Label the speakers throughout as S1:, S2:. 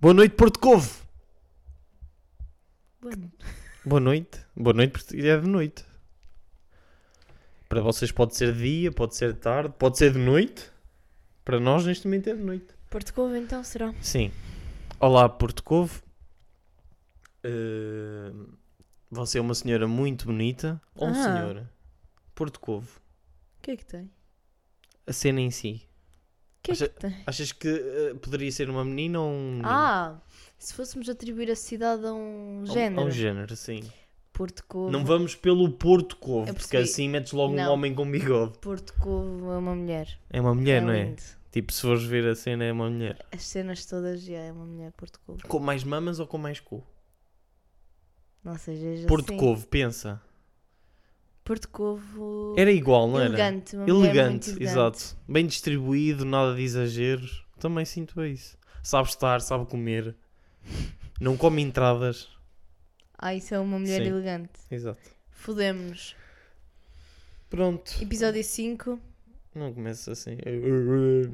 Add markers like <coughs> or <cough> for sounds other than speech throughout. S1: Boa noite, Porto Covo.
S2: <laughs> Bueno.
S1: Boa noite. Boa noite, porque é de noite. Para vocês pode ser dia, pode ser tarde, pode ser de noite. Para nós, neste momento, é de noite.
S2: Porto Covo então será.
S1: Sim. Olá, Porto Covo. Uh, você é uma senhora muito bonita. Ou um
S2: Ah.
S1: senhor? Porto Covo.
S2: O que é que tem?
S1: A cena em si.
S2: O que é
S1: Acha-
S2: que tem?
S1: Achas que uh, poderia ser uma menina ou um. menino?
S2: Ah, se fôssemos atribuir a cidade a um
S1: Ou-
S2: género.
S1: ou um género, sim.
S2: Porto Covo.
S1: Não vamos pelo Porto Covo,
S2: Eu
S1: porque
S2: percebi.
S1: assim metes logo um
S2: Não.
S1: homem com bigode.
S2: Porto Covo é uma mulher.
S1: É uma mulher, não é?
S2: lindo.
S1: Tipo, se fores ver a cena, é uma mulher.
S2: As cenas todas já é uma mulher Porto Covo.
S1: Com mais mamas ou com mais cu?
S2: Não seja
S1: Porto
S2: assim.
S1: Covo, pensa.
S2: Porto Covo.
S1: Era igual, não era?
S2: elegante, uma mulher
S1: Elegante,
S2: muito
S1: exato. Bem distribuído, nada de exageros. Também sinto isso. Sabe estar, sabe comer. Não come entradas.
S2: Ah, isso é uma mulher
S1: Sim.
S2: elegante.
S1: Exato.
S2: Fodemos.
S1: Pronto.
S2: Episódio 5.
S1: Não começa assim.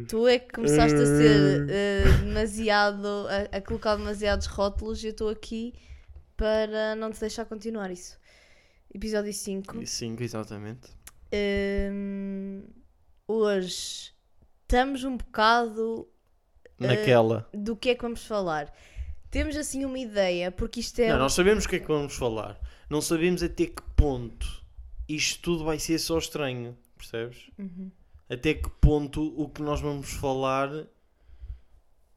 S2: Tu é que começaste a
S1: Hum.
S2: ser eh, demasiado. A, a colocar demasiados rótulos e eu estou aqui para não te deixar continuar isso. Episódio 5.
S1: Cinco, exatamente.
S2: Hum, hoje estamos um bocado
S1: Naquela.
S2: do que é que vamos falar. Temos assim uma ideia, porque isto é.
S1: Não, nós sabemos o que é que vamos falar. Não sabemos até que ponto isto tudo vai ser só estranho, percebes?
S2: Uhum.
S1: Até que ponto o que nós vamos falar.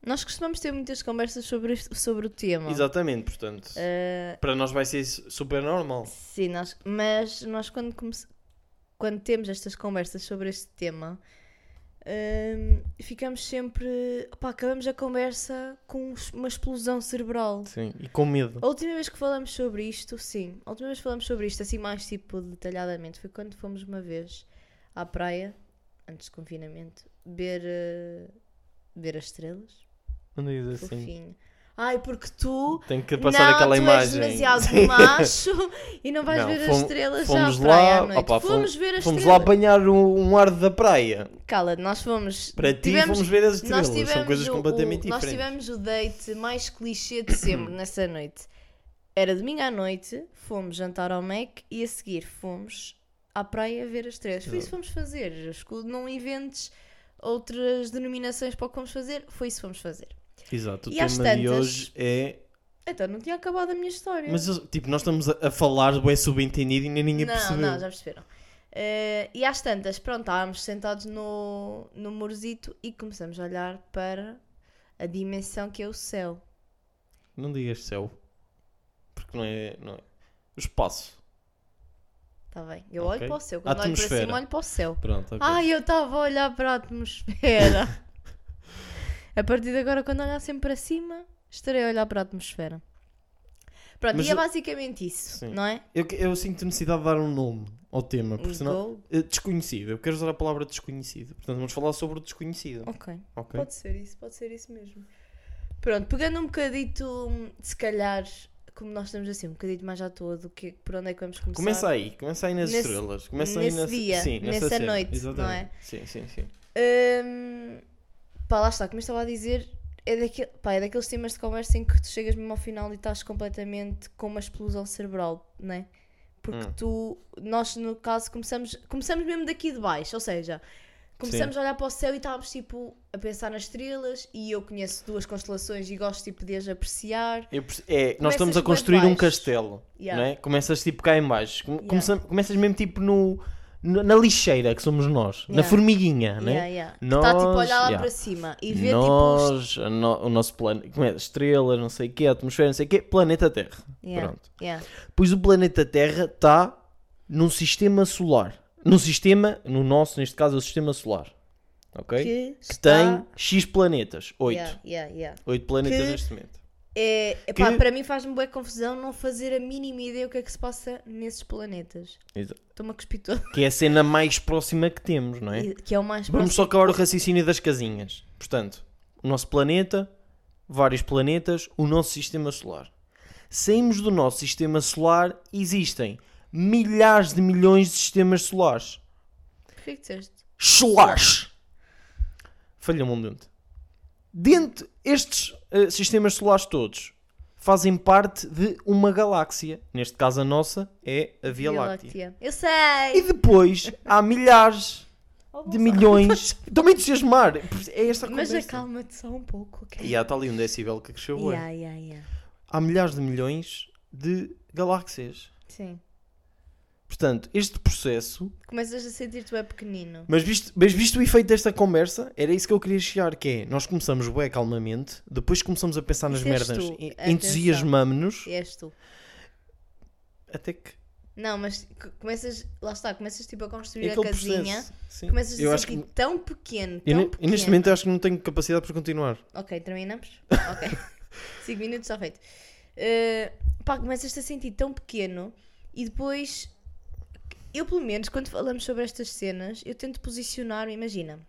S2: Nós costumamos ter muitas conversas sobre, este- sobre o tema.
S1: Exatamente, portanto.
S2: Eh,
S1: Para nós vai ser su- super normal.
S2: sim, nós, mas nós quando, comece- quando temos estas conversas sobre este tema, hum, ficamos sempre. opá, acabamos a conversa com um uma explosão cerebral.
S1: Sim. E com medo.
S2: A última vez que falamos sobre isto, sim, a última vez que falamos sobre isto, assim mais tipo detalhadamente, foi quando fomos uma vez à praia, antes do confinamento, ver, eh, ver as estrelas.
S1: Não diz assim.
S2: Fofinho. Ai, porque tu.
S1: Tem que passar
S2: não,
S1: aquela
S2: tu
S1: imagem.
S2: és demasiado
S1: <laughs> Sim.
S2: macho e não vais
S1: Não,
S2: ver as
S1: fomos-
S2: estrelas
S1: fomos
S2: já à praia
S1: lá,
S2: à noite.
S1: opa, fomos-
S2: fomos ver as
S1: Fomos lá
S2: estrelas.
S1: apanhar um, um ar da praia.
S2: Cala, nós fomos.
S1: Para ti,
S2: tivemos-
S1: fomos ver as
S2: nós
S1: estrelas.
S2: tivemos
S1: São coisas
S2: o-
S1: completamente
S2: o- Nós
S1: diferentes.
S2: tivemos o date mais clichê de
S1: <coughs>
S2: sempre nessa noite. Era domingo à noite, fomos jantar ao Mac e a seguir fomos à praia ver as estrelas. Foi isso que fomos fazer. Escudo, não inventes outras denominações para o que fomos fazer. Foi isso que fomos fazer.
S1: Exato. O
S2: E às
S1: tema de
S2: tantas-
S1: hoje é
S2: Então, não tinha acabado a minha história.
S1: Mas, eu- tipo, nós estamos a, a falar do é subentendido e nem ninguém
S2: não,
S1: percebeu.
S2: não, já perceberam. Eh, e às tantas, pronto, estávamos sentados no, no murzito e começamos a olhar para a dimensão que é o céu.
S1: Não digas céu. Porque não é... Não é. O espaço.
S2: Está tá bem? Eu
S1: Ok.
S2: olho para o céu. Quando olho para
S1: Atmosfera.
S2: cima, olho para o céu.
S1: Pronto, ok.
S2: Ai, eu estava a olhar para a atmosfera. <laughs> a partir de agora, quando olhar sempre para cima, estarei a olhar para a atmosfera. Pronto,
S1: Mas
S2: e é
S1: eu-
S2: basicamente isso,
S1: Sim.
S2: não é?
S1: Eu, que- eu sinto necessidade de dar um nome ao tema,
S2: Um
S1: porque senão...
S2: Go.
S1: Eh, Desconhecido, eu quero usar a palavra desconhecido. Portanto, vamos falar sobre o desconhecido.
S2: Ok.
S1: Ok?
S2: Oh, Pode ser isso, pode ser isso mesmo. Pronto, pegando um bocadito, hum, se calhar, como nós estamos assim, um bocadito mais à toa do que por onde é que vamos começar.
S1: Começa aí, começa aí nas
S2: Nesse-
S1: estrelas. Começa
S2: nesse
S1: aí nessa,
S2: dia,
S1: sim, nessa,
S2: nessa
S1: cena,
S2: noite, não é?
S1: exatamente. Sim, sim, sim.
S2: Hum, pá, lá está, como eu estava a dizer, é, daquele, pá, é daqueles temas de conversa em que tu chegas mesmo ao final e estás completamente com uma explosão cerebral, não é? Porque
S1: Hum.
S2: tu, nós no caso, começamos, começamos mesmo daqui de baixo, ou seja, começamos a olhar para o céu e estávamos tipo a pensar nas estrelas e eu conheço duas constelações e gosto tipo de as apreciar.
S1: Eu perce- é, nós estamos a
S2: bué
S1: construir um
S2: baixo.
S1: castelo,
S2: Yeah.
S1: não é? Começas tipo cá em baixo, Come-
S2: Yeah.
S1: começa- começas mesmo tipo no, no- na lixeira que somos nós, na
S2: Yeah.
S1: formiguinha, não é?
S2: Yeah, yeah. Que Está tipo a
S1: Nós-
S2: olhar lá
S1: yeah.
S2: para cima e ver tipo. os-
S1: nós, a no- o nosso planeta, como é? Estrelas, não sei o quê, atmosfera, não sei o quê, planeta Terra.
S2: Yeah,
S1: Pronto.
S2: yeah.
S1: Pois o planeta Terra está num sistema solar. Num sistema, no nosso, neste caso, é o sistema solar. Ok? Que,
S2: Que, tá-
S1: tem X planetas. 8.
S2: Yeah, yeah, yeah.
S1: 8 planetas
S2: Que-
S1: neste momento.
S2: É, epá,
S1: Que-
S2: para mim faz-me boa confusão não fazer a mínima ideia o que é que se passa nesses planetas.
S1: Exato.
S2: Estou-me a cuspir todo,
S1: Que é a cena mais próxima que temos, não é?
S2: <laughs> que é o mais
S1: Vamos
S2: próximo.
S1: só acabar o raciocínio das casinhas. Portanto, o nosso planeta, vários planetas, o nosso sistema solar. Saímos do nosso sistema solar, existem milhares de milhões de sistemas solares.
S2: Porquê que disseste?
S1: Solares! Falha-me um dente. Dentro, estes eh, sistemas solares todos fazem parte de uma galáxia. Neste caso, a nossa é a Via, Láctea.
S2: Eu
S1: E
S2: sei! Oh,
S1: depois há milhares de <laughs> milhões. Estou-me a entusiasmar. É esta
S2: Mas
S1: conversa.
S2: acalma-te só um pouco, ok?
S1: E há está ali um decibel que cresceu. bué.
S2: Yeah, yeah, yeah.
S1: Há milhares de milhões de galáxias.
S2: Sim.
S1: Portanto, este processo
S2: Começas a sentir-te bem pequenino.
S1: Mas visto, mas visto o efeito desta conversa, era isso que eu queria chegar, que é, nós começamos bué calmamente, depois começamos a pensar nas
S2: Isso és
S1: merdas,
S2: tu,
S1: e-
S2: atenção.
S1: entusiasmamos-nos,
S2: E és tu.
S1: até que
S2: Não, mas c- começas, lá está, começas tipo a construir
S1: é
S2: a
S1: aquele
S2: casinha.
S1: processo. Sim.
S2: Começas
S1: eu
S2: a assim, "Então,
S1: acho que,
S2: sentir tão pequeno, tão
S1: eu ne- eu
S2: pequeno.
S1: neste momento eu acho que não tenho capacidade para continuar.
S2: Ok,
S1: <laughs>
S2: terminamos? Ok. 5 minutos, está feito. Uh, pá, começas-te a sentir tão pequeno e depois. Eu, pelo menos, quando falamos sobre estas cenas, eu tento posicionar, imagina.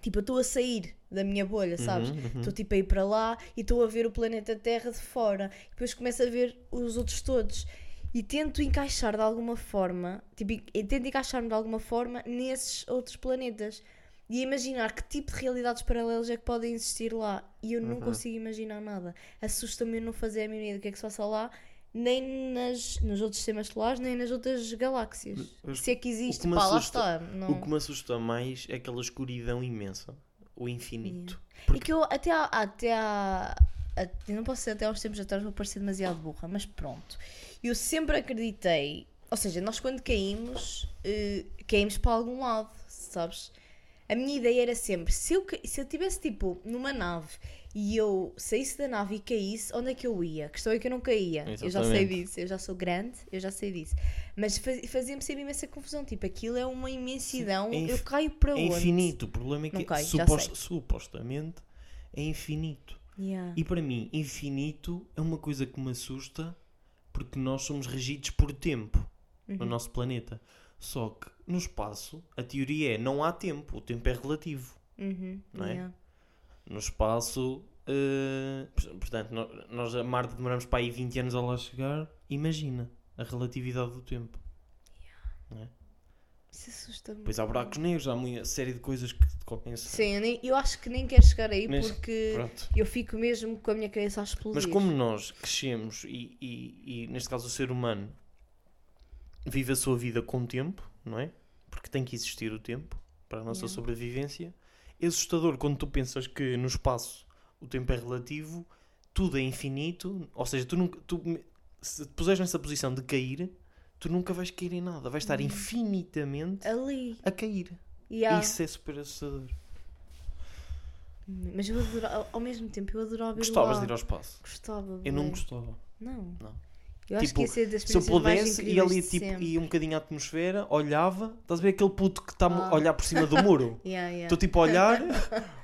S2: Tipo, eu estou a sair da minha bolha,
S1: Uhum,
S2: sabes? Estou tipo a ir para lá e estou a ver o planeta Terra de fora. E depois começo a ver os outros todos. E tento encaixar de alguma forma, tipo, e tento encaixar-me de alguma forma nesses outros planetas. E imaginar que tipo de realidades paralelas é que podem existir lá. E eu não
S1: Uhum.
S2: consigo imaginar nada. Assusta-me eu não fazer a minha ideia do que é que se passa lá, nem nas, nos outros sistemas solares, nem nas outras galáxias.
S1: Mas
S2: Se é que existe,
S1: me
S2: pá, lá
S1: assusta-
S2: está. Não... é?
S1: O que me assusta mais é aquela escuridão imensa, o infinito.
S2: E É que eu até há, até há, até- não posso dizer até há uns tempos atrás vou parecer demasiado burra, mas pronto. Eu sempre acreditei, ou seja, nós quando caímos, eh, caímos para algum lado, sabes? A minha ideia era sempre, se eu, ca- se eu tivesse tipo numa nave e eu saísse da nave e caísse, onde é que eu ia? A questão é que eu não caía. Eu já sei
S1: Exatamente.
S2: disso, eu já sou grande, eu já sei disso. Mas faz- fazia-me sempre imensa confusão, tipo, aquilo é uma imensidão,
S1: é
S2: eu
S1: inf-
S2: caio para
S1: é
S2: onde?
S1: infinito, o problema é que
S2: Não cai, já
S1: supos-
S2: sei.
S1: supostamente é infinito.
S2: Yeah.
S1: E para mim, infinito é uma coisa que me assusta porque nós somos regidos por tempo
S2: Uhum.
S1: no nosso planeta. Só que no espaço, a teoria é não há tempo, o tempo é relativo.
S2: Uhum,
S1: não é?
S2: yeah.
S1: No espaço, eh, por- portanto, no- nós a Marte demoramos para aí 20 anos a lá chegar. Imagina a relatividade do tempo.
S2: Isso assusta-me.
S1: Depois há buracos negros, há muita série de coisas que te compensam.
S2: Sim, eu, nem- eu acho que nem quero chegar aí
S1: é. Mas-
S2: porque
S1: Pronto.
S2: eu fico mesmo com a minha cabeça a explodir.
S1: Mas como nós crescemos e, e- e, neste caso o ser humano vive a sua vida com o tempo, não é? Porque tem que existir o tempo para a nossa
S2: Yeah.
S1: sobrevivência. É assustador quando tu pensas que no espaço o tempo é relativo, tudo é infinito, ou seja, tu nunca tu me- se te puseres nessa posição de cair, tu nunca vais cair em nada, vais estar infinitamente
S2: Ali.
S1: a cair.
S2: Uhum. Yeah.
S1: Isso é super assustador.
S2: Mas eu adorava, ao- ao mesmo tempo, eu adorava ir
S1: Gostavas
S2: lá.
S1: de ir ao espaço?
S2: Gostava.
S1: Eu não
S2: bué.
S1: gostava.
S2: Não.
S1: Não.
S2: Eu acho
S1: Tipo,
S2: que ia ser das
S1: se eu
S2: experiências mais
S1: pudesse, ia
S2: incríveis
S1: ali
S2: de
S1: tipo,
S2: sempre.
S1: ia um bocadinho à atmosfera, olhava, estás a ver aquele puto que está
S2: Ah.
S1: a olhar por cima do muro?
S2: Yeah, <laughs> yeah.
S1: Estou tipo a
S2: <laughs>
S1: olhar,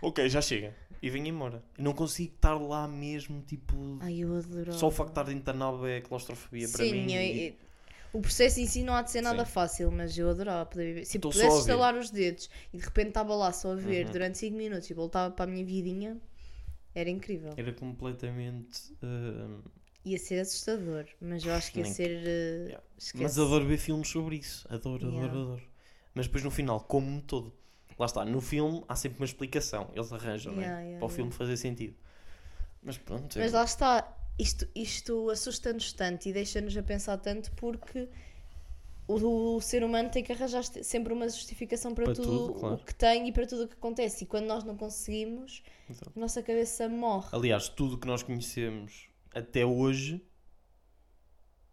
S1: ok, já chega. E venho embora. Eu não consigo estar lá mesmo, tipo.
S2: Ai, eu adorava.
S1: Só o facto de estar dentro da nave é claustrofobia para
S2: Sim,
S1: mim.
S2: eu-
S1: e-
S2: eu- o processo em si não há de ser nada
S1: Sim.
S2: fácil, mas eu adorava poder viver. Se
S1: Tô só a
S2: pudesse
S1: ver.
S2: estalar os dedos e de repente estava lá só a ver
S1: Uhum.
S2: durante 5 minutos e voltava para a minha vidinha, era incrível.
S1: Era completamente. ah,
S2: Ia ser assustador, mas eu acho que ia
S1: Nem-
S2: ser. eh,
S1: Yeah.
S2: Esquece.
S1: mas adoro ver filmes sobre isso. Adoro, adoro,
S2: Yeah.
S1: adoro. Mas depois no final, como-me todo. Lá está, no filme há sempre uma explicação. Eles arranjam, não é?
S2: Yeah, yeah,
S1: para o filme fazer sentido. Mas pronto. é
S2: Mas
S1: eu-
S2: lá está, isto, isto assusta-nos tanto e deixa-nos a pensar tanto porque o, o ser humano tem que arranjar este- sempre uma justificação para,
S1: Para
S2: tudo,
S1: tudo, claro.
S2: o que tem e para tudo o que acontece. E quando nós não conseguimos,
S1: Exato.
S2: a nossa cabeça morre.
S1: Aliás, tudo o que nós conhecemos até hoje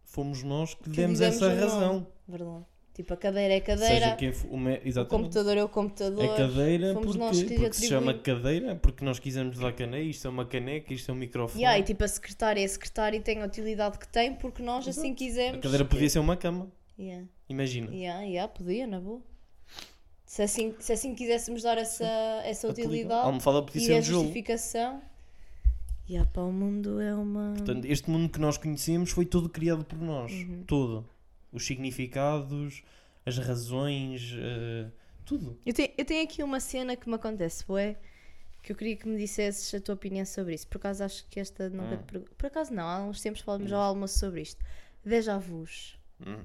S1: fomos nós que lhe
S2: Que
S1: demos
S2: lhe demos
S1: essa
S2: o nome.
S1: razão.
S2: Verdade. Tipo, a cadeira é a
S1: Seja
S2: cadeira,
S1: quem for, o me-
S2: o
S1: exatamente.
S2: computador é o computador.
S1: A cadeira,
S2: fomos
S1: porque,
S2: nós que lhe
S1: porque se chama
S2: atribuímos.
S1: cadeira, porque nós quisemos dar caneca, isto é uma caneca, isto é um microfone.
S2: Yeah, e tipo, a secretária é a secretária e tem a utilidade que tem porque nós assim quisemos.
S1: a cadeira podia ser uma cama,
S2: Yeah.
S1: imagina.
S2: Yeah, yeah, podia, na boa. Se assim, se assim quiséssemos dar essa, essa
S1: A tele- A
S2: utilidade
S1: almofada podia
S2: e é
S1: ser
S2: a
S1: um gelo.
S2: justificação. Yeah, pá, o mundo é uma.
S1: Portanto, este mundo que nós conhecemos foi todo criado por nós.
S2: Uhum.
S1: Todo. Os significados, as razões, eh, tudo.
S2: Eu, tenho, eu tenho aqui uma cena que me acontece, bué, que eu queria que me dissesses a tua opinião sobre isso. Por acaso acho que esta nunca te
S1: Hum.
S2: pergu- Por acaso não, há uns tempos falamos ao almoço sobre isto. Déjà vus.
S1: Hum.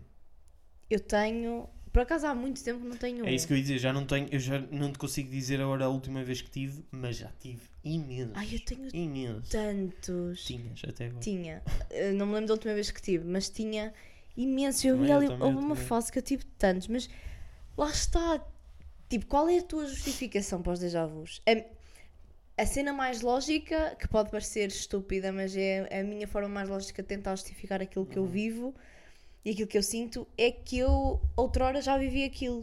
S2: Eu tenho Por acaso há muito tempo não tenho
S1: É
S2: um.
S1: isso que eu ia dizer, já não tenho, eu já não te consigo dizer agora a última vez que tive, mas já tive imensos.
S2: Ai, eu tenho
S1: imensos.
S2: tantos.
S1: Tinhas até agora.
S2: Tinha. Eh, Não me lembro da última vez que tive, mas tinha imenso. Eu
S1: Também,
S2: vi
S1: eu
S2: ali,
S1: também,
S2: houve
S1: eu
S2: uma
S1: também.
S2: fase que eu tive tantos, mas lá está. Tipo, qual é a tua justificação para os déjà vus? É A, a cena mais lógica, que pode parecer estúpida, mas é a minha forma mais lógica de tentar justificar aquilo
S1: Uhum.
S2: que eu vivo e aquilo que eu sinto, é que eu outrora já vivi aquilo.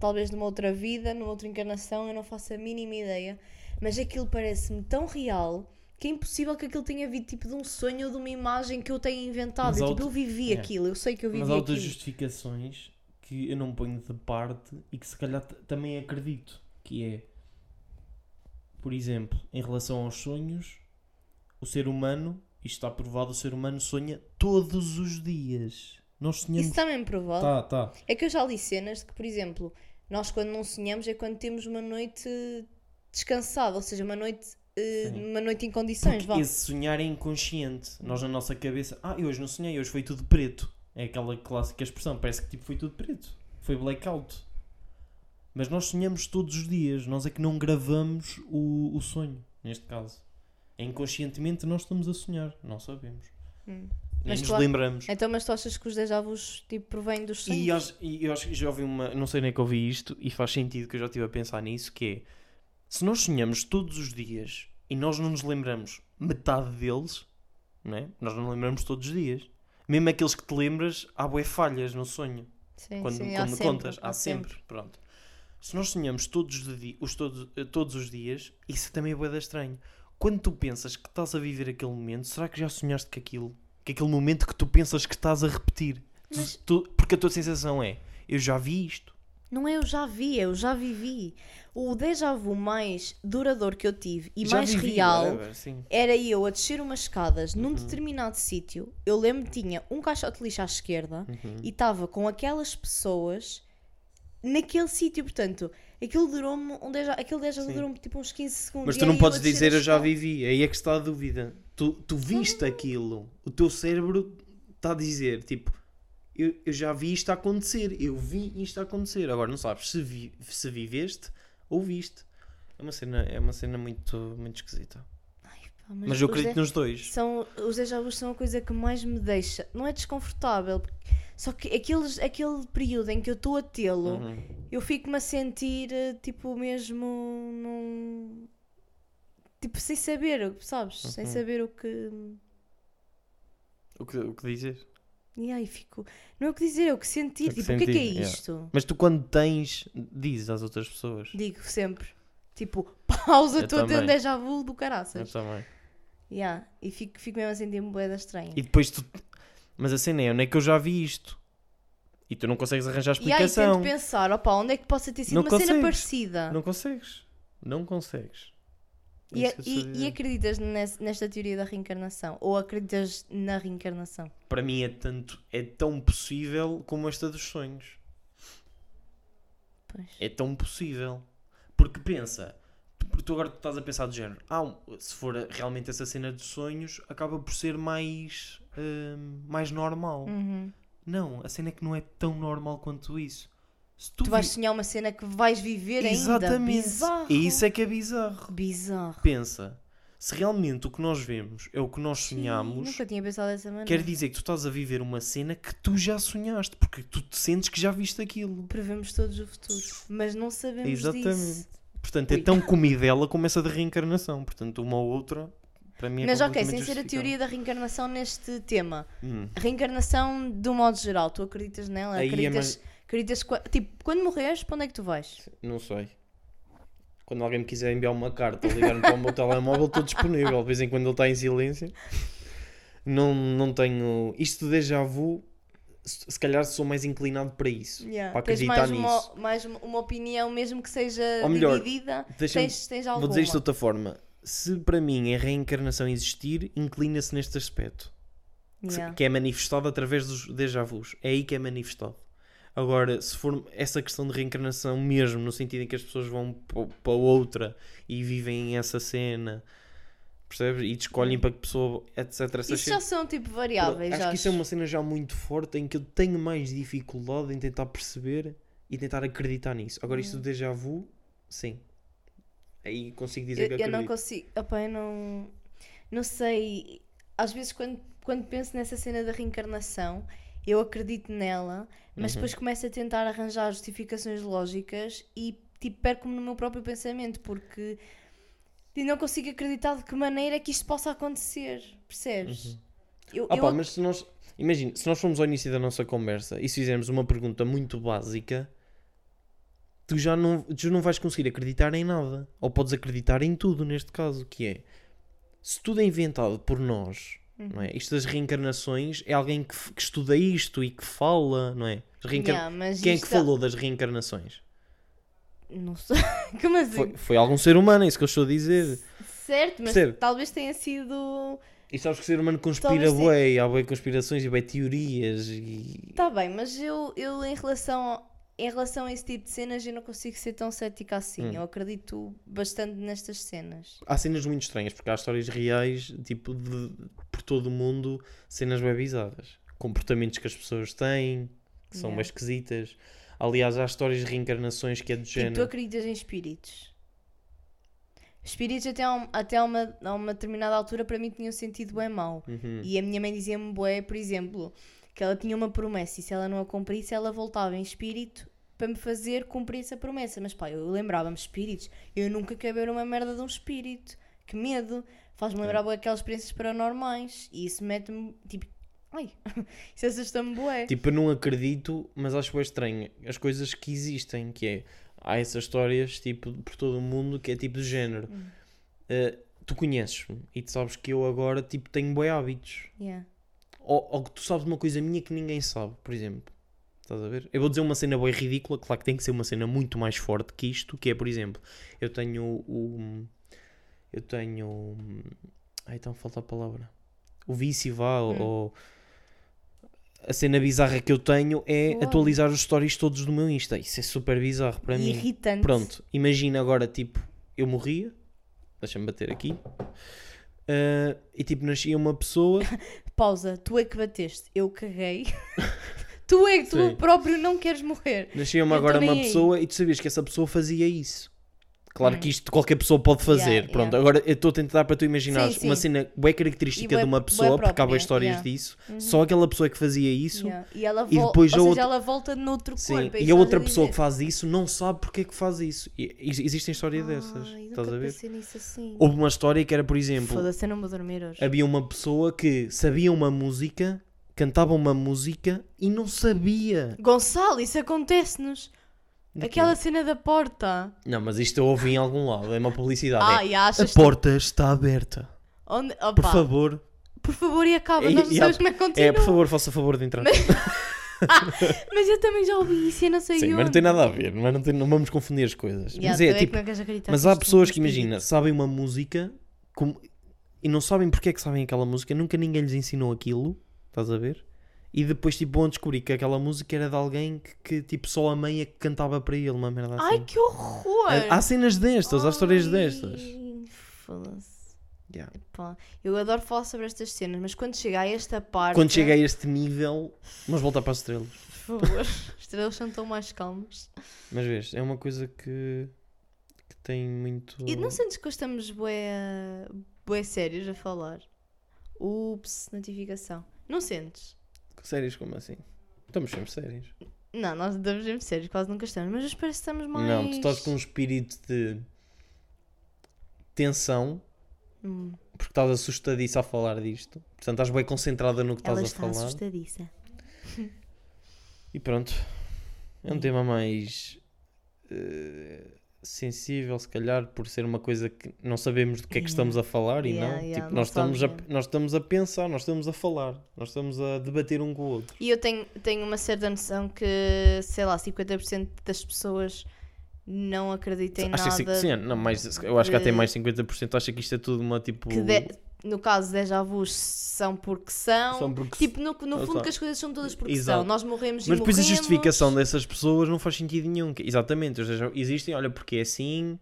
S2: Talvez numa outra vida, numa outra encarnação, eu não faço a mínima ideia. Mas aquilo parece-me tão real que é impossível que aquilo tenha vindo tipo de um sonho ou de uma imagem que eu tenha inventado.
S1: Mas
S2: Eu,
S1: há
S2: tipo, eu
S1: outra-
S2: vivi
S1: Yeah.
S2: aquilo, eu sei que eu vivi
S1: Mas há outras
S2: aquilo.
S1: justificações que eu não ponho de parte e que se calhar t- também acredito, que é, por exemplo, em relação aos sonhos, o ser humano, isto está provado, o ser humano sonha todos os dias. Nós sonhamos.
S2: Isso também me provoca.
S1: Tá, tá.
S2: É que eu já li cenas de que, por exemplo, nós quando não sonhamos é quando temos uma noite descansada, ou seja, uma noite, eh,
S1: Sim.
S2: uma noite em condições.
S1: Porque
S2: Vá.
S1: esse sonhar é inconsciente. Nós na nossa cabeça, ah, eu hoje não sonhei, hoje foi tudo preto. É aquela clássica expressão, parece que tipo foi tudo preto. Foi blackout. Mas nós sonhamos todos os dias, nós é que não gravamos o, o sonho, neste caso. É Inconscientemente nós estamos a sonhar, não sabemos.
S2: Hum.
S1: Nem
S2: Mas
S1: nos
S2: claro-
S1: lembramos.
S2: Então, mas tu achas que os déjà vus tipo, provêm dos sonhos?
S1: E, acho- e eu acho que já ouvi uma. Não sei nem que ouvi isto, e faz sentido que eu já estive a pensar nisso: que é se nós sonhamos todos os dias e nós não nos lembramos metade deles, não é? nós não lembramos todos os dias. Mesmo aqueles que te lembras, há bué falhas no sonho.
S2: Sim,
S1: quando
S2: sim, há
S1: quando
S2: sempre,
S1: contas, há, sempre. Pronto. Se nós sonhamos todos, os di- os todos, eh, todos os dias, isso também é bué da estranho. Quando tu pensas que estás a viver aquele momento, será que já sonhaste com aquilo? Que aquele momento que tu pensas que estás a repetir? Tu-
S2: Mas-
S1: tu- porque a tua sensação é, eu já vi isto.
S2: Não é eu já vi, é eu já vivi. O déjà vu mais duradouro que eu tive e
S1: já
S2: mais
S1: vivi, é
S2: real
S1: whatever, sim.
S2: era eu a descer umas escadas num
S1: Uhum.
S2: determinado sítio. Eu lembro que tinha um caixote de lixo à esquerda
S1: Uhum.
S2: e estava com aquelas pessoas naquele sítio. Portanto, aquilo durou-me um déjà, aquele déjà vu
S1: Sim.
S2: durou-me tipo uns 15 segundos.
S1: Mas
S2: e
S1: tu
S2: era
S1: não podes
S2: a descer
S1: dizer
S2: a
S1: eu já
S2: escada.
S1: vivi, aí é que está a dúvida. Tu, tu viste aquilo, o teu cérebro está a dizer, tipo, eu, eu já vi isto a acontecer, eu vi isto a acontecer. Agora não sabes se, vi- se viveste ou viste. É uma cena, é uma cena muito, muito esquisita.
S2: Pá,
S1: Mas, eu
S2: os
S1: acredito
S2: de-
S1: nos dois.
S2: São, os déjà vus são a coisa que mais me deixa. Não é desconfortável. porque- Só que aqueles, aquele período em que eu estou a tê-lo.
S1: Uhum.
S2: Eu fico-me a sentir, eh, tipo, mesmo num. Tipo, sem saber, sabes? Sem
S1: Uhum.
S2: saber o que.
S1: O, que, o que dizer?
S2: E aí fico. Não é o que dizer, é o que sentir.
S1: É o que
S2: tipo, o que é que é
S1: sentir, yeah.
S2: isto?
S1: Mas tu quando tens, dizes às outras pessoas.
S2: Digo sempre. Tipo, <laughs> pausa,
S1: Eu
S2: estou a ter um
S1: também. É.
S2: déjà vu do
S1: Eu
S2: caraças.
S1: também.
S2: Yeah. E fico, fico mesmo a sentir-me boeda estranha.
S1: E depois tu. Mas a cena é, onde é que eu já vi isto? E tu não consegues arranjar
S2: E aí tento
S1: explicação.
S2: pensar, opa, onde é que possa ter sido
S1: Não
S2: uma cena
S1: consegues.
S2: parecida?
S1: Não consegues. Não consegues. É
S2: E,
S1: isso que eu estou a
S2: e- é e
S1: dizer.
S2: acreditas nes- nesta teoria da reencarnação? Ou acreditas na reencarnação?
S1: Para mim é, tanto, é tão possível como esta dos sonhos.
S2: Pois.
S1: É tão possível. Porque pensa, tu, porque tu agora tu estás a pensar do género, ah, um- se for realmente essa cena de sonhos, acaba por ser mais, hum, mais normal.
S2: Uhum.
S1: Não, a cena é que não é tão normal quanto isso. Se tu,
S2: Tu vais
S1: vi-
S2: sonhar uma cena que vais viver ainda.
S1: Exatamente.
S2: Bizarro.
S1: E isso é que é bizarro.
S2: Bizarro.
S1: Pensa, se realmente o que nós vemos é o que nós
S2: Sim,
S1: sonhamos,
S2: Nunca tinha pensado dessa maneira.
S1: quer dizer que tu estás a viver uma cena que tu já sonhaste, porque tu te sentes que já viste aquilo.
S2: Prevemos todos o futuro, mas não sabemos
S1: Exatamente.
S2: disso.
S1: Portanto, é
S2: Ui.
S1: tão comidela como essa de reencarnação. Portanto, uma ou outra, para mim é
S2: mas ok, sem
S1: completamente
S2: ser a
S1: justificável.
S2: teoria da reencarnação neste tema.
S1: Hum.
S2: A reencarnação de um modo geral, tu acreditas nela?
S1: Aí é
S2: Acreditas,
S1: mais-
S2: acreditas qua- tipo, quando morreres, para onde é que tu vais?
S1: Não sei. Quando alguém me quiser enviar uma carta ou ligar-me para o meu telemóvel, estou disponível. De vez em quando ele está em silêncio. Não, não tenho. Isto de déjà vu, se se calhar sou mais inclinado para isso.
S2: Yeah.
S1: Para
S2: Tens
S1: acreditar
S2: mais
S1: nisso.
S2: uma, mais uma- uma opinião, mesmo que seja
S1: Ou melhor,
S2: dividida,
S1: deixa-me-
S2: tens, tens alguma.
S1: Vou dizer isto de outra forma. Se para mim a reencarnação existir, inclina-se neste aspecto. que se-
S2: Yeah.
S1: que é manifestado através dos déjà vus. É aí que é manifestado. Agora, se for essa questão de reencarnação mesmo, no sentido em que as pessoas vão para outra e vivem essa cena, Percebes? E te escolhem para que pessoa, etc. essas
S2: Isso já
S1: cenas.
S2: são tipo variáveis,
S1: Acho
S2: acho.
S1: que isso é uma cena já muito forte em que eu tenho mais dificuldade em tentar perceber e tentar acreditar nisso. Agora,
S2: Hum.
S1: isto do déjà vu, sim. Aí consigo dizer
S2: eu,
S1: que
S2: eu
S1: acredito.
S2: não consigo. Opa, eu não. Não sei. Às vezes, quando, quando penso nessa cena da reencarnação, eu acredito nela, mas
S1: Uhum.
S2: depois começo a tentar arranjar justificações lógicas e tipo, perco-me no meu próprio pensamento, porque eu não consigo acreditar de que maneira é que isto possa acontecer, percebes? Eu,
S1: Ah
S2: eu
S1: pá,
S2: ac-
S1: mas se nós. Imagina, se nós formos ao início da nossa conversa e se fizermos uma pergunta muito básica, tu já não, tu não vais conseguir acreditar em nada. Ou podes acreditar em tudo, neste caso, que é. Se tudo é inventado por nós, não
S2: Uhum.
S1: é? Isto das reencarnações é alguém que, f- que estuda isto e que fala, não é? As reencar-
S2: Yeah, mas
S1: Quem é que
S2: isto-
S1: falou das reencarnações?
S2: Não sei. <laughs> Como assim?
S1: Foi, foi algum ser humano, é isso que eu estou a dizer.
S2: Certo, mas
S1: Percebe?
S2: talvez tenha sido.
S1: E sabes que o ser humano conspira
S2: Talvez sim.
S1: bué, há bué conspirações e bué teorias e...
S2: Tá bem, mas eu, eu em, relação ao- em relação a esse tipo de cenas, eu não consigo ser tão cética
S1: Hum.
S2: assim. Eu acredito bastante nestas cenas.
S1: há cenas muito estranhas, porque há histórias reais, tipo, de- por todo o mundo, cenas bem bizarras. Comportamentos que as pessoas têm, que são bem
S2: Yeah.
S1: esquisitas. Aliás, há histórias de reencarnações que é do
S2: Tipo, tu
S1: género.
S2: acreditas em espíritos? Espíritos até, a, um- até a, uma, a uma determinada altura para mim tinham sentido bem mau.
S1: Uhum.
S2: E a minha mãe dizia-me bué, por exemplo, que ela tinha uma promessa e se ela não a cumprisse, ela voltava em espírito para me fazer cumprir essa promessa. Mas pá, eu lembrava-me de espíritos. Eu nunca caber uma merda de um espírito. Que medo. Faz-me
S1: É.
S2: lembrar bué aquelas experiências paranormais. E isso mete-me, tipo... Ai, <laughs> isso assusta-me bué.
S1: Tipo, eu não acredito, mas acho bem estranho. As coisas que existem, que é. Há essas histórias, tipo, por todo o mundo, que é tipo do género.
S2: Hum.
S1: Eh, tu conheces-me e tu sabes que eu agora, tipo, tenho boi hábitos.
S2: Yeah.
S1: ou, ou que tu sabes uma coisa minha que ninguém sabe, por exemplo. Estás a ver? Eu vou dizer uma cena bem ridícula, claro que tem que ser uma cena muito mais forte que isto, que é, por exemplo, eu tenho o. Eu tenho. hum, Ai, então falta a palavra. O vício, vá,
S2: Hum.
S1: ou. A cena bizarra que eu tenho é
S2: Claro.
S1: atualizar os stories todos do meu Insta. Isso é super bizarro para mim.
S2: Irritante.
S1: Pronto, imagina agora, tipo, eu morria. Deixa-me bater aqui. ah, e tipo, nascia uma pessoa
S2: Pausa. Tu é que bateste. Eu caguei. <laughs> tu é que tu
S1: Sim.
S2: próprio não queres morrer.
S1: Nascia-me
S2: Eu
S1: agora
S2: tô nem
S1: uma
S2: aí.
S1: pessoa e tu sabias que essa pessoa fazia isso. Claro que isto qualquer pessoa pode fazer.
S2: Hum. Yeah,
S1: Pronto,
S2: yeah.
S1: agora eu estou a tentar para tu imaginares
S2: Sim, sim.
S1: uma cena bem
S2: E
S1: característica
S2: bué-
S1: de uma
S2: bué
S1: pessoa, porque há bué
S2: própria,
S1: histórias
S2: yeah. Uhum.
S1: disso. Só aquela pessoa que fazia isso,
S2: Yeah. E, ela
S1: E
S2: vol-
S1: depois
S2: ou
S1: a
S2: seja,
S1: outra-
S2: ela volta noutro
S1: sim,
S2: corpo.
S1: e
S2: é isso
S1: a
S2: que
S1: outra
S2: estás
S1: pessoa
S2: dizer.
S1: que faz isso não sabe porque é que faz isso. E, e- existem histórias dessas,
S2: Ai,
S1: estás
S2: Ah, nunca
S1: a ver?
S2: pensei nisso assim.
S1: Houve uma história que era, por exemplo,
S2: Foda-se, eu não vou dormir hoje.
S1: havia uma pessoa que sabia uma música, cantava uma música e não sabia.
S2: Gonçalo, isso acontece-nos. Aquela cena da porta.
S1: Não, mas isto eu ouvi em algum lado, é uma publicidade. é,
S2: Ai,
S1: A
S2: achas.
S1: porta está aberta.
S2: Onde...
S1: Por
S2: Opa,
S1: favor.
S2: por favor, e acaba.
S1: É,
S2: Nós não
S1: e há-
S2: sabemos como é que
S1: É,
S2: continua.
S1: por favor, faça favor de entrar.
S2: Mas eu também já ouvi isso e eu não sei
S1: Sim,
S2: onde.
S1: mas não tem nada a ver, mas não, tem- não vamos confundir as coisas.
S2: Yeah,
S1: mas
S2: tu
S1: é,
S2: que
S1: tipo,
S2: não tá queres acreditar
S1: mas há
S2: isto é
S1: pessoas
S2: existe.
S1: que imagina, sabem uma música como- e não sabem porque é que sabem aquela música, nunca ninguém lhes ensinou aquilo, estás a ver? E depois tipo vão descobrir que aquela música era de alguém que, que, tipo só a mãe é que cantava para ele, uma merda assim.
S2: Ai, que horror!
S1: há cenas destas, há histórias
S2: Ai,
S1: destas.
S2: Foda-se.
S1: Yeah.
S2: Pá, Eu adoro falar sobre estas cenas, mas quando chega a esta parte.
S1: Quando chega a este nível, vamos voltar para as estrelas.
S2: Por favor, <laughs> os estrelas são tão mais calmos.
S1: Mas vês, é uma coisa que, que tem muito.
S2: E não sentes que hoje estamos bué, bué sérios a falar? Ups, notificação. Não sentes?
S1: Sérios como assim? Estamos sempre sérios.
S2: Não, nós estamos mesmo sérios, quase nunca estamos, mas hoje parece que estamos mais.
S1: Não, tu estás com um espírito de tensão
S2: Hum,
S1: porque estás assustadiça a falar disto. Portanto, estás bem concentrada no que
S2: ela
S1: estás a
S2: está
S1: falar.
S2: assustadiça.
S1: E pronto. É um tema mais eh, sensível, se calhar, por ser uma coisa que não sabemos do que é que estamos a falar e
S2: Yeah,
S1: não.
S2: yeah,
S1: tipo,
S2: não
S1: nós, estamos a,
S2: sabes
S1: nós estamos a pensar, nós estamos a falar, nós estamos a debater um com o outro.
S2: E eu tenho, tenho uma certa noção que, sei lá, 50% das pessoas não acreditam em
S1: Acho
S2: nada.
S1: que, sim, não, mais, eu acho que até
S2: de-
S1: mais 50% acha que isto é tudo uma tipo.
S2: que de- no caso déjà vus são porque são.
S1: São porque
S2: tipo, no, no
S1: Ah,
S2: fundo
S1: tá.
S2: que as coisas são todas porque
S1: Exato.
S2: são. Nós morremos
S1: Mas
S2: e
S1: depois
S2: morremos.
S1: a justificação dessas pessoas não faz sentido nenhum. Que- Exatamente, ou seja, existem, olha, porque é assim.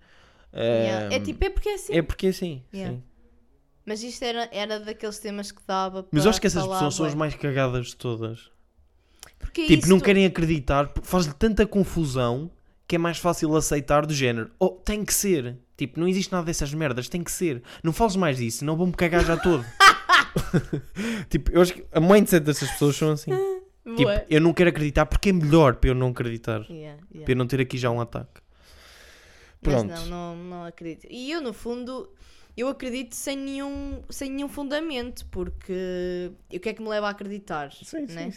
S2: Yeah.
S1: eh,
S2: É tipo, é porque é assim.
S1: é porque é assim.
S2: Yeah.
S1: sim.
S2: Mas isto era, era daqueles temas que dava para.
S1: Mas eu acho que essas
S2: falar
S1: pessoas são as
S2: bué.
S1: mais cagadas de todas.
S2: Porque é
S1: tipo,
S2: isso,
S1: não
S2: tu-
S1: querem acreditar, p- faz-lhe tanta confusão que é mais fácil aceitar do género. Oh, tem que ser. Tipo, não existe nada dessas merdas, tem que ser. Não fales mais disso, senão vão-me cagar já
S2: <laughs>
S1: todo. <laughs> tipo, eu acho que a mindset dessas pessoas são assim. Tipo,
S2: Bué.
S1: eu não quero acreditar porque é melhor para eu não acreditar.
S2: Yeah, yeah.
S1: Para eu não ter aqui já um ataque.
S2: Mas
S1: Pronto.
S2: não, não, não acredito. E eu, no fundo, eu acredito sem nenhum, sem nenhum fundamento, porque o que é que me leva a acreditar? né?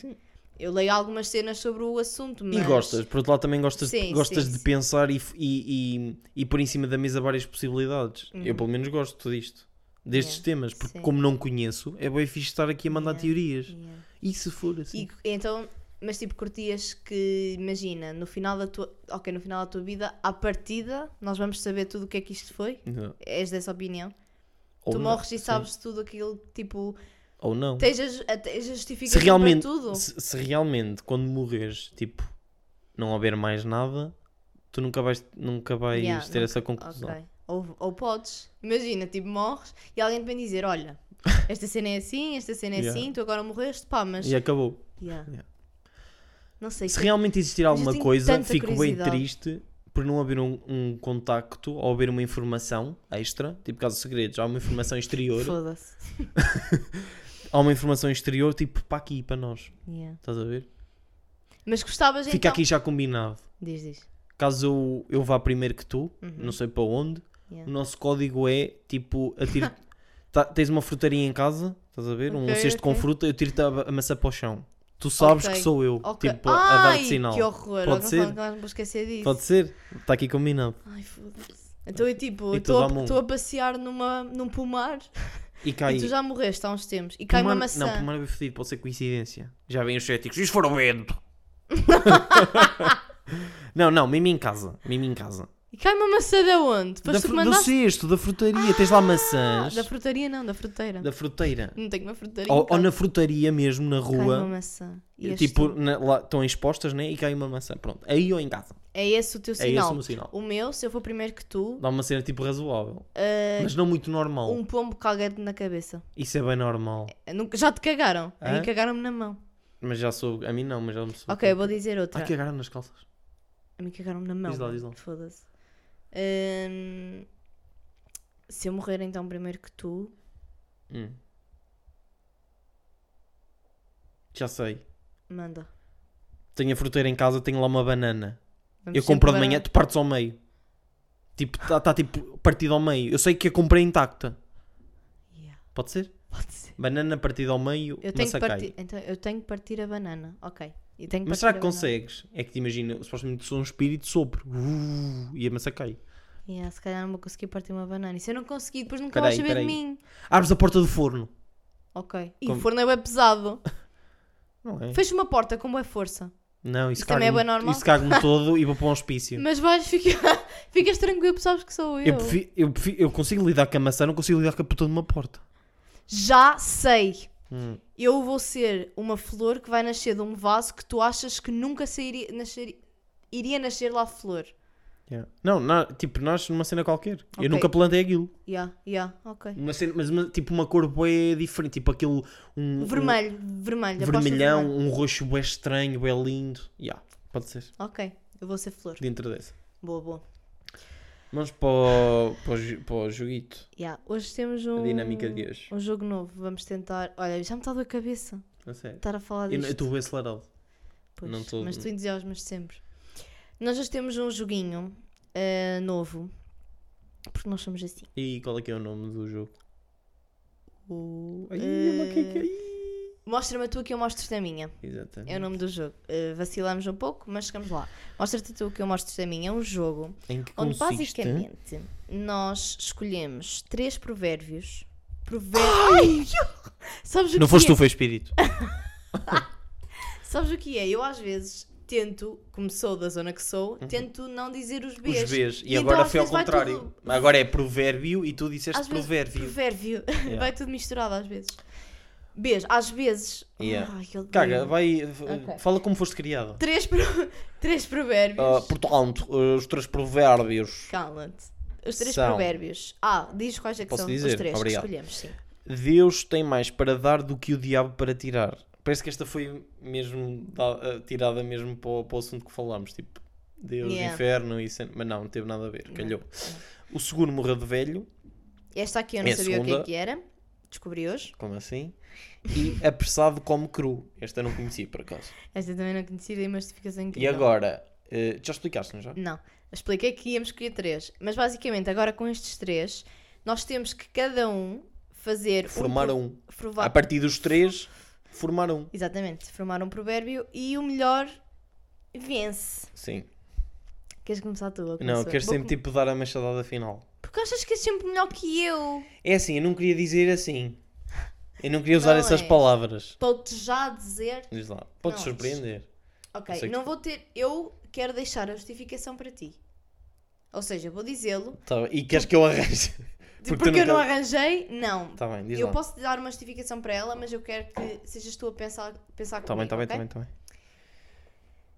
S2: Eu leio algumas cenas sobre o assunto, mas
S1: E gostas, por outro lado também gostas, de-
S2: Sim,
S1: gostas
S2: sim,
S1: de
S2: sim.
S1: pensar e, f- e, e, e pôr em cima da mesa várias possibilidades. Eu pelo menos gosto disto, destes
S2: Uhum. Yeah,
S1: temas, porque
S2: sim.
S1: como não conheço, é bem fixe estar aqui a mandar
S2: Yeah,
S1: teorias.
S2: Yeah.
S1: E se for assim?
S2: E, então, mas tipo, curtias que, imagina, no final da tua, ok, no final da tua vida, à partida, nós vamos saber tudo o que é que isto foi?
S1: Não.
S2: És dessa opinião?
S1: Ou
S2: tu
S1: não,
S2: morres
S1: sim.
S2: e sabes tudo aquilo, tipo,
S1: Ou não.
S2: tens a, ju- a- tens a
S1: Se
S2: justificação
S1: realmente,
S2: para tudo?
S1: se, se realmente quando morreres, tipo, não haver mais nada, tu nunca vais, nunca vais
S2: Yeah,
S1: ter
S2: nunca-
S1: essa conclusão.
S2: Ok. Ou, ou podes, imagina, tipo, morres e alguém te vem
S1: <laughs>
S2: dizer: Olha, esta cena é assim, esta cena é
S1: Yeah.
S2: assim, tu agora morreste, pá, mas.
S1: E acabou.
S2: Yeah.
S1: Yeah.
S2: Não sei. tipo,
S1: Se
S2: que-
S1: realmente existir
S2: Mas eu
S1: alguma
S2: tenho
S1: coisa,
S2: tanta
S1: fico bem
S2: curiosidade.
S1: triste por não haver um, um contacto ou haver uma informação extra, tipo caso de segredos, há uma informação exterior,
S2: Foda-se.
S1: há uma informação exterior tipo para aqui, para nós,
S2: Yeah.
S1: estás a ver?
S2: Mas gostavas
S1: Fica
S2: então.
S1: aqui já combinado.
S2: Diz, diz.
S1: Caso eu, eu vá primeiro que tu, não sei para onde,
S2: Uhum. Yeah.
S1: o nosso código é tipo,
S2: <laughs>
S1: atiro- Tá- tens uma frutaria em casa, estás a ver? um
S2: Ok,
S1: cesto com
S2: ok.
S1: fruta, eu tiro-te a, a maçã para o chão. Tu sabes
S2: Ok,
S1: que sou eu,
S2: Ok.
S1: tipo, a, a
S2: Ai,
S1: dar-te sinal.
S2: Que horror.
S1: Pode
S2: Alguém falou
S1: ser?
S2: que nós Não vou esquecer disso.
S1: Pode ser? Está aqui combinado.
S2: Ai, foda-se. Então eu tipo,
S1: E
S2: eu estou
S1: tu dá-me
S2: a,
S1: um.
S2: estou a passear numa, num pomar
S1: E cá
S2: e
S1: aí.
S2: tu já morreste há uns tempos e cai uma
S1: Pomar-
S2: maçã.
S1: Não, pomar é bem fedido, pode ser coincidência. Já vêm os céticos, um isso foram
S2: <laughs>
S1: vento. não, não, mesmo em casa. Mesmo em casa.
S2: E cai uma maçã de onde?
S1: Da
S2: Depois tu
S1: fru-
S2: que
S1: Do
S2: mandaste. Ah,
S1: cesto, da frutaria, tens lá maçãs.
S2: Da frutaria, não, da fruteira.
S1: Da fruteira.
S2: Não tenho uma frutaria. em
S1: Ou, ou
S2: casa.
S1: na frutaria mesmo, na
S2: Cai uma
S1: rua.
S2: maçã. E és
S1: tipo,
S2: tu.
S1: na- lá estão expostas, né? E cai uma maçã. Pronto, aí ou em casa.
S2: É esse o teu
S1: É esse
S2: sinal.
S1: o meu sinal.
S2: o meu, se eu for primeiro que tu, eh,
S1: Dá uma cena tipo razoável. Mas não muito normal.
S2: É. um pombo caga-te na cabeça. Eh,
S1: Isso é bem normal.
S2: Nunca- Já te cagaram. A mim
S1: Hã?
S2: cagaram-me na mão.
S1: Mas já sou. A mim não, mas já me sou.
S2: Ok, vou dizer outra.
S1: Ai, cagaram nas calças.
S2: A mim cagaram-me na mão.
S1: Diz lá,
S2: mano.
S1: diz lá.
S2: Foda-se. Ahm, Se eu morrer então primeiro que tu,
S1: Hum. Já sei.
S2: manda.
S1: Tenho a fruteira em casa, tenho lá uma banana.
S2: Vamos
S1: eu compro de
S2: sempre
S1: manhã, tu partes ao meio. Tipo, está tá, tipo partido ao meio. Eu sei que a comprei intacta.
S2: banana. Yeah,
S1: Pode ser?
S2: Pode ser.
S1: Banana partida ao meio,
S2: Eu tenho, que
S1: maçã
S2: partir...
S1: cai.
S2: então, eu tenho que partir a banana. Ok. E tenho
S1: Mas
S2: partir
S1: será que
S2: a banana.
S1: consegues? É que te imagina, supostamente sou um espírito, sopro. Uh, e a maçã cai.
S2: Yeah, se calhar não vou conseguir partir uma banana. E se eu não conseguir, depois nunca
S1: Peraí,
S2: vais saber
S1: peraí.
S2: de mim.
S1: Abres a porta do forno.
S2: Ok. E
S1: Como-
S2: o forno é bem
S1: <laughs>
S2: pesado.
S1: Não é?
S2: Fecha uma porta com boa força.
S1: Não, isso,
S2: Isso também é
S1: cago-me-
S2: bué normal.
S1: Isso
S2: <laughs>
S1: cago-me todo e vou para um hospício.
S2: Mas vais ficar. <laughs> Ficas tranquilo, sabes que sou eu.
S1: Eu, prefi- eu, prefi- eu consigo lidar com a maçã, não consigo lidar com a puta de uma porta.
S2: Já sei.
S1: Hum.
S2: Eu vou ser uma flor que vai nascer de um vaso que tu achas que nunca sairia, nascer, iria nascer lá flor.
S1: Yeah. Não, na- tipo, nasce numa cena qualquer.
S2: Ok.
S1: Eu nunca plantei aquilo.
S2: Ya, ya, ok.
S1: Uma cena, mas uma- tipo uma cor bué diferente, tipo aquele um, um
S2: Vermelho, vermelho. aposto no
S1: vermelhão,
S2: vermelho.
S1: um roxo bué estranho, bué lindo. Yeah, pode ser,
S2: Ok, eu vou ser flor.
S1: dentro dessa.
S2: Boa, boa.
S1: Vamos para o, para o, ju- para o joguito,
S2: Ya, Hoje temos um.
S1: a dinâmica de hoje.
S2: Um jogo novo. Vamos tentar. Olha, já me está a doer a cabeça
S1: A sério.
S2: estar a falar
S1: Eu
S2: disto.
S1: não- eu estou bué acelerado.
S2: Pois,
S1: Não tô-
S2: mas tu entusiasmas sempre. Nós hoje temos um joguinho eh, novo, porque nós somos assim.
S1: E qual é que é o nome do jogo?
S2: O,
S1: Ai,
S2: eh,
S1: olha o que é que é. Ih.
S2: Mostra-me a tua que eu mostro-te a minha.
S1: Exatamente.
S2: É o nome do jogo. Eh, vacilamos um pouco, mas chegamos lá. Mostra-te tu que eu mostro-te a minha. É um jogo
S1: Em que
S2: onde
S1: consiste?
S2: basicamente nós escolhemos três provérbios. Provérbios. Sabes o
S1: Não
S2: que
S1: foste
S2: é?
S1: tu, foi espírito.
S2: Sabes o que é? Eu às vezes tento, como sou da zona que sou, tento não dizer os Bs.
S1: Uhum. Os Bs. E,
S2: então,
S1: agora
S2: às
S1: foi ao
S2: vezes, vai
S1: contrário.
S2: tudo-
S1: Agora é provérbio e tu disseste
S2: Às vezes,
S1: provérbio.
S2: <laughs> provérbio.
S1: Yeah.
S2: Vai tudo misturado às vezes. Bs, às vezes.
S1: Yeah.
S2: Ai, que odeio.
S1: Caga, vai. f-
S2: Ok.
S1: Fala como foste criado. Ah,
S2: <laughs>
S1: Oh,
S2: Três, pro- três provérbios.
S1: portanto, os três provérbios.
S2: Cala-te. Os três
S1: São.
S2: provérbios. Ah, diz quais é que
S1: Posso
S2: são os
S1: dizer?
S2: três
S1: Obrigado.
S2: que escolhemos, sim.
S1: Deus tem mais para dar do que o diabo para tirar. Parece que esta foi mesmo da- eh, tirada mesmo para o, para o assunto que falámos, tipo Deus,
S2: Yeah.
S1: inferno e cena- mas não, não teve nada a ver, calhou. O seguro morreu de velho,
S2: Esta aqui eu não
S1: É a
S2: sabia o que é
S1: segunda.
S2: que era. Descobri hoje.
S1: como assim?
S2: <laughs>
S1: E apressado como cru. Esta eu não conhecia por acaso.
S2: Esta também não conhecia, dei uma justificação
S1: E
S2: incrível.
S1: agora, eh, já explicaste, não já?
S2: Não, expliquei que íamos escolher três. Mas basicamente, agora com estes três, nós temos que cada um fazer.
S1: Formar
S2: um.
S1: um.
S2: pro- forvar-
S1: A partir dos três, formar um.
S2: Exatamente, formar um provérbio e o melhor vence.
S1: Sim.
S2: Queres começar tu? ou
S1: Não,
S2: começo eu?
S1: queres
S2: Vou
S1: sempre tipo dar a machadada final.
S2: com- Porque achas que és sempre melhor que eu?
S1: É assim, eu não queria dizer assim. Eu não queria usar
S2: Não é.
S1: essas
S2: és.
S1: palavras.
S2: Vou-te já dizer.
S1: Diz lá. Pode
S2: és.
S1: surpreender. Eu
S2: Ok,
S1: sei que
S2: não
S1: tu-
S2: vou ter. Eu quero deixar a justificação para ti. Ou seja, vou dizê-lo.
S1: Tá bem. e queres que eu arranje? <laughs>
S2: Porque,
S1: tu
S2: eu não
S1: nunca-
S2: arranjei, não.
S1: Tá bem, diz
S2: eu
S1: lá.
S2: posso te dar uma justificação para ela, mas eu quero que sejas tu a pensar, pensar
S1: Tá bem,
S2: comigo,
S1: tá bem,
S2: ok?
S1: tá bem, tá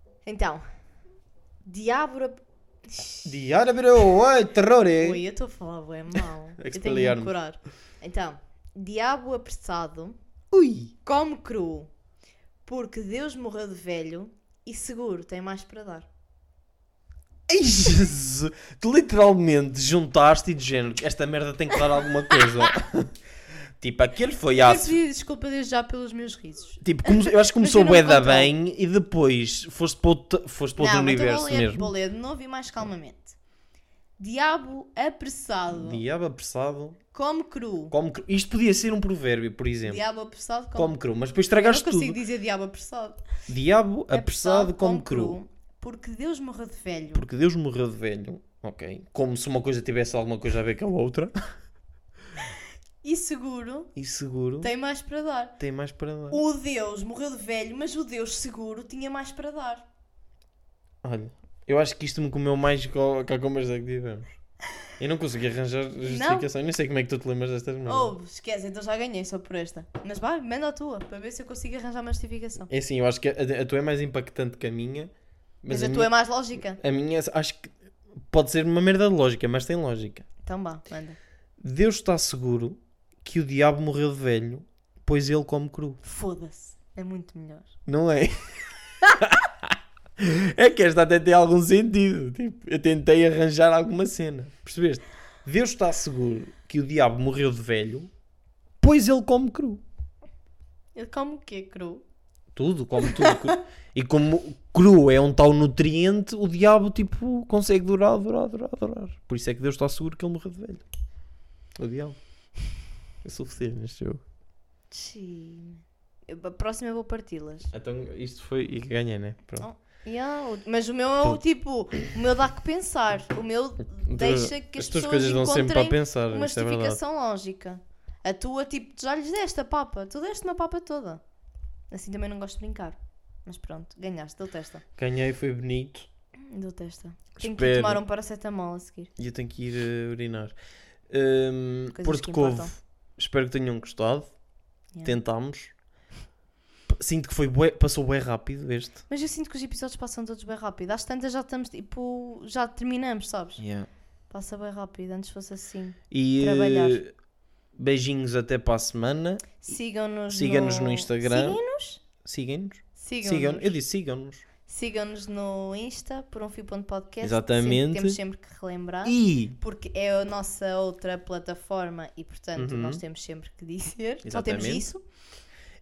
S1: bem.
S2: Então, diabo... a-
S1: Diário, bro, ai, terror, é?
S2: Ui, eu estou a falar bué
S1: <laughs>
S2: mal. eu tenho que
S1: Expelliarmus.
S2: me curar. Então, diabo apressado,
S1: Ui.
S2: come cru, porque Deus morreu de velho e seguro tem mais para dar.
S1: Ai, é Jesus. Tu literalmente juntaste e de género. Esta merda tem que dar alguma coisa. <laughs> tipo, aquele foi
S2: Quero
S1: aço.
S2: pedir desculpa desde já pelos meus risos.
S1: Tipo, come- eu acho que começou
S2: Mas eu
S1: bué
S2: não
S1: da
S2: controlo.
S1: bem e depois foste para outro, foste para outro
S2: Não, então
S1: universo
S2: vou ler,
S1: mesmo.
S2: vou ler de novo e mais calmamente. Diabo apressado,
S1: Diabo apressado.
S2: come cru.
S1: Come cru. Isto podia ser um provérbio, por exemplo.
S2: Diabo apressado, come,
S1: Come cru, mas depois
S2: Eu não
S1: estragaste
S2: consigo
S1: tudo.
S2: dizer diabo apressado.
S1: Diabo apressado come cru.
S2: Porque Deus morreu de velho.
S1: Porque Deus morreu de velho. Ok. Como se uma coisa tivesse alguma coisa a ver com a outra.
S2: E seguro
S1: E seguro tem,
S2: tem mais para dar.
S1: mais para dar.
S2: O Deus morreu de velho, mas o Deus seguro tinha mais para dar.
S1: Olha, eu acho que isto me comeu mais co- que a conversa que tivemos. Eu não consegui arranjar justificação. Eu nem sei como é que tu te lembras destas merdas.
S2: Ou, esquece, então já ganhei só por esta. Mas vai, manda a tua, para ver se eu consigo arranjar uma justificação.
S1: É assim, eu acho que a, a tua é mais impactante que a minha.
S2: Mas,
S1: Mas,
S2: a,
S1: a,
S2: tua
S1: minha,
S2: é mais lógica.
S1: a minha acho que pode ser uma merda de lógica, mas tem lógica.
S2: Então vá, manda.
S1: Deus está seguro que o diabo morreu de velho, pois ele come cru.
S2: Foda-se. É muito melhor.
S1: Não é? <laughs> é que esta até tem algum sentido. Tipo, eu tentei arranjar alguma cena. Percebeste? Deus está seguro que o diabo morreu de velho, pois ele come cru.
S2: Ele come o quê, cru?
S1: Tudo, come tudo. <laughs> cru. E como cru é um tal nutriente, o diabo tipo consegue durar, durar, durar, durar. Por isso é que Deus está seguro que ele morreu de velho. O diabo. É suficiente neste jogo.
S2: Sim. Eu- A próxima eu vou parti-las.
S1: Então isto foi e ganhei, né? Pronto.
S2: Yeah, o- mas o meu é o tipo, o meu dá que pensar. O meu deixa que as,
S1: Então, tuas
S2: pessoas
S1: coisas dão sempre para
S2: encontrem
S1: pensar.
S2: uma
S1: isto é verdade.
S2: justificação lógica. A tua, tipo, tu já lhes deste a papa. Tu deste-me a papa toda. Assim também não gosto de brincar. Mas pronto, ganhaste. Dou testa.
S1: Ganhei, foi bonito.
S2: Dou testa. Tenho que ir
S1: Espero.
S2: tomar um paracetamol a seguir.
S1: E eu tenho que ir eh, urinar. Hum,
S2: Coisas que
S1: Porto Covo,
S2: importam.
S1: espero que tenham gostado.
S2: Yeah.
S1: Tentámos. P- Sinto que foi bué- passou bem rápido este.
S2: Mas eu sinto que os episódios passam todos bem rápido. Às tantas já estamos, tipo, já terminamos, sabes? Passa bem rápido. Antes fosse assim.
S1: E eh,
S2: Trabalhar.
S1: beijinhos até para a semana.
S2: Sigam-nos
S1: Sigam-nos
S2: no...
S1: no Instagram.
S2: Sigam-nos?
S1: Sigam-nos. Sigam
S2: Sigam-nos.
S1: eu disse sigam-nos.
S2: Sigam-nos no Insta por um fio.podcast.
S1: Exatamente.
S2: Temos sempre que relembrar.
S1: E
S2: Porque é a nossa outra plataforma e, portanto,
S1: Uhum.
S2: nós temos sempre que dizer. Só temos
S1: Exatamente.
S2: isso.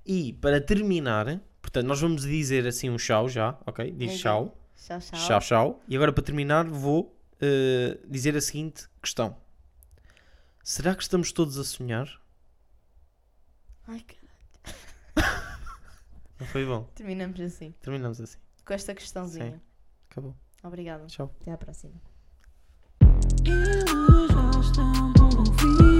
S1: e para terminar, portanto, nós vamos dizer assim um tchau já, ok? Diz
S2: Ok.
S1: tchau.
S2: Tchau, tchau.
S1: Tchau, tchau. E agora para terminar vou eh, dizer a seguinte questão. Será que estamos todos a sonhar?
S2: Ai, caralho.
S1: Não foi bom.
S2: Terminamos assim,
S1: Terminamos assim.
S2: com esta questãozinha.
S1: Acabou.
S2: Obrigada.
S1: Tchau.
S2: Até à próxima.
S3: Elas já estão por um fim.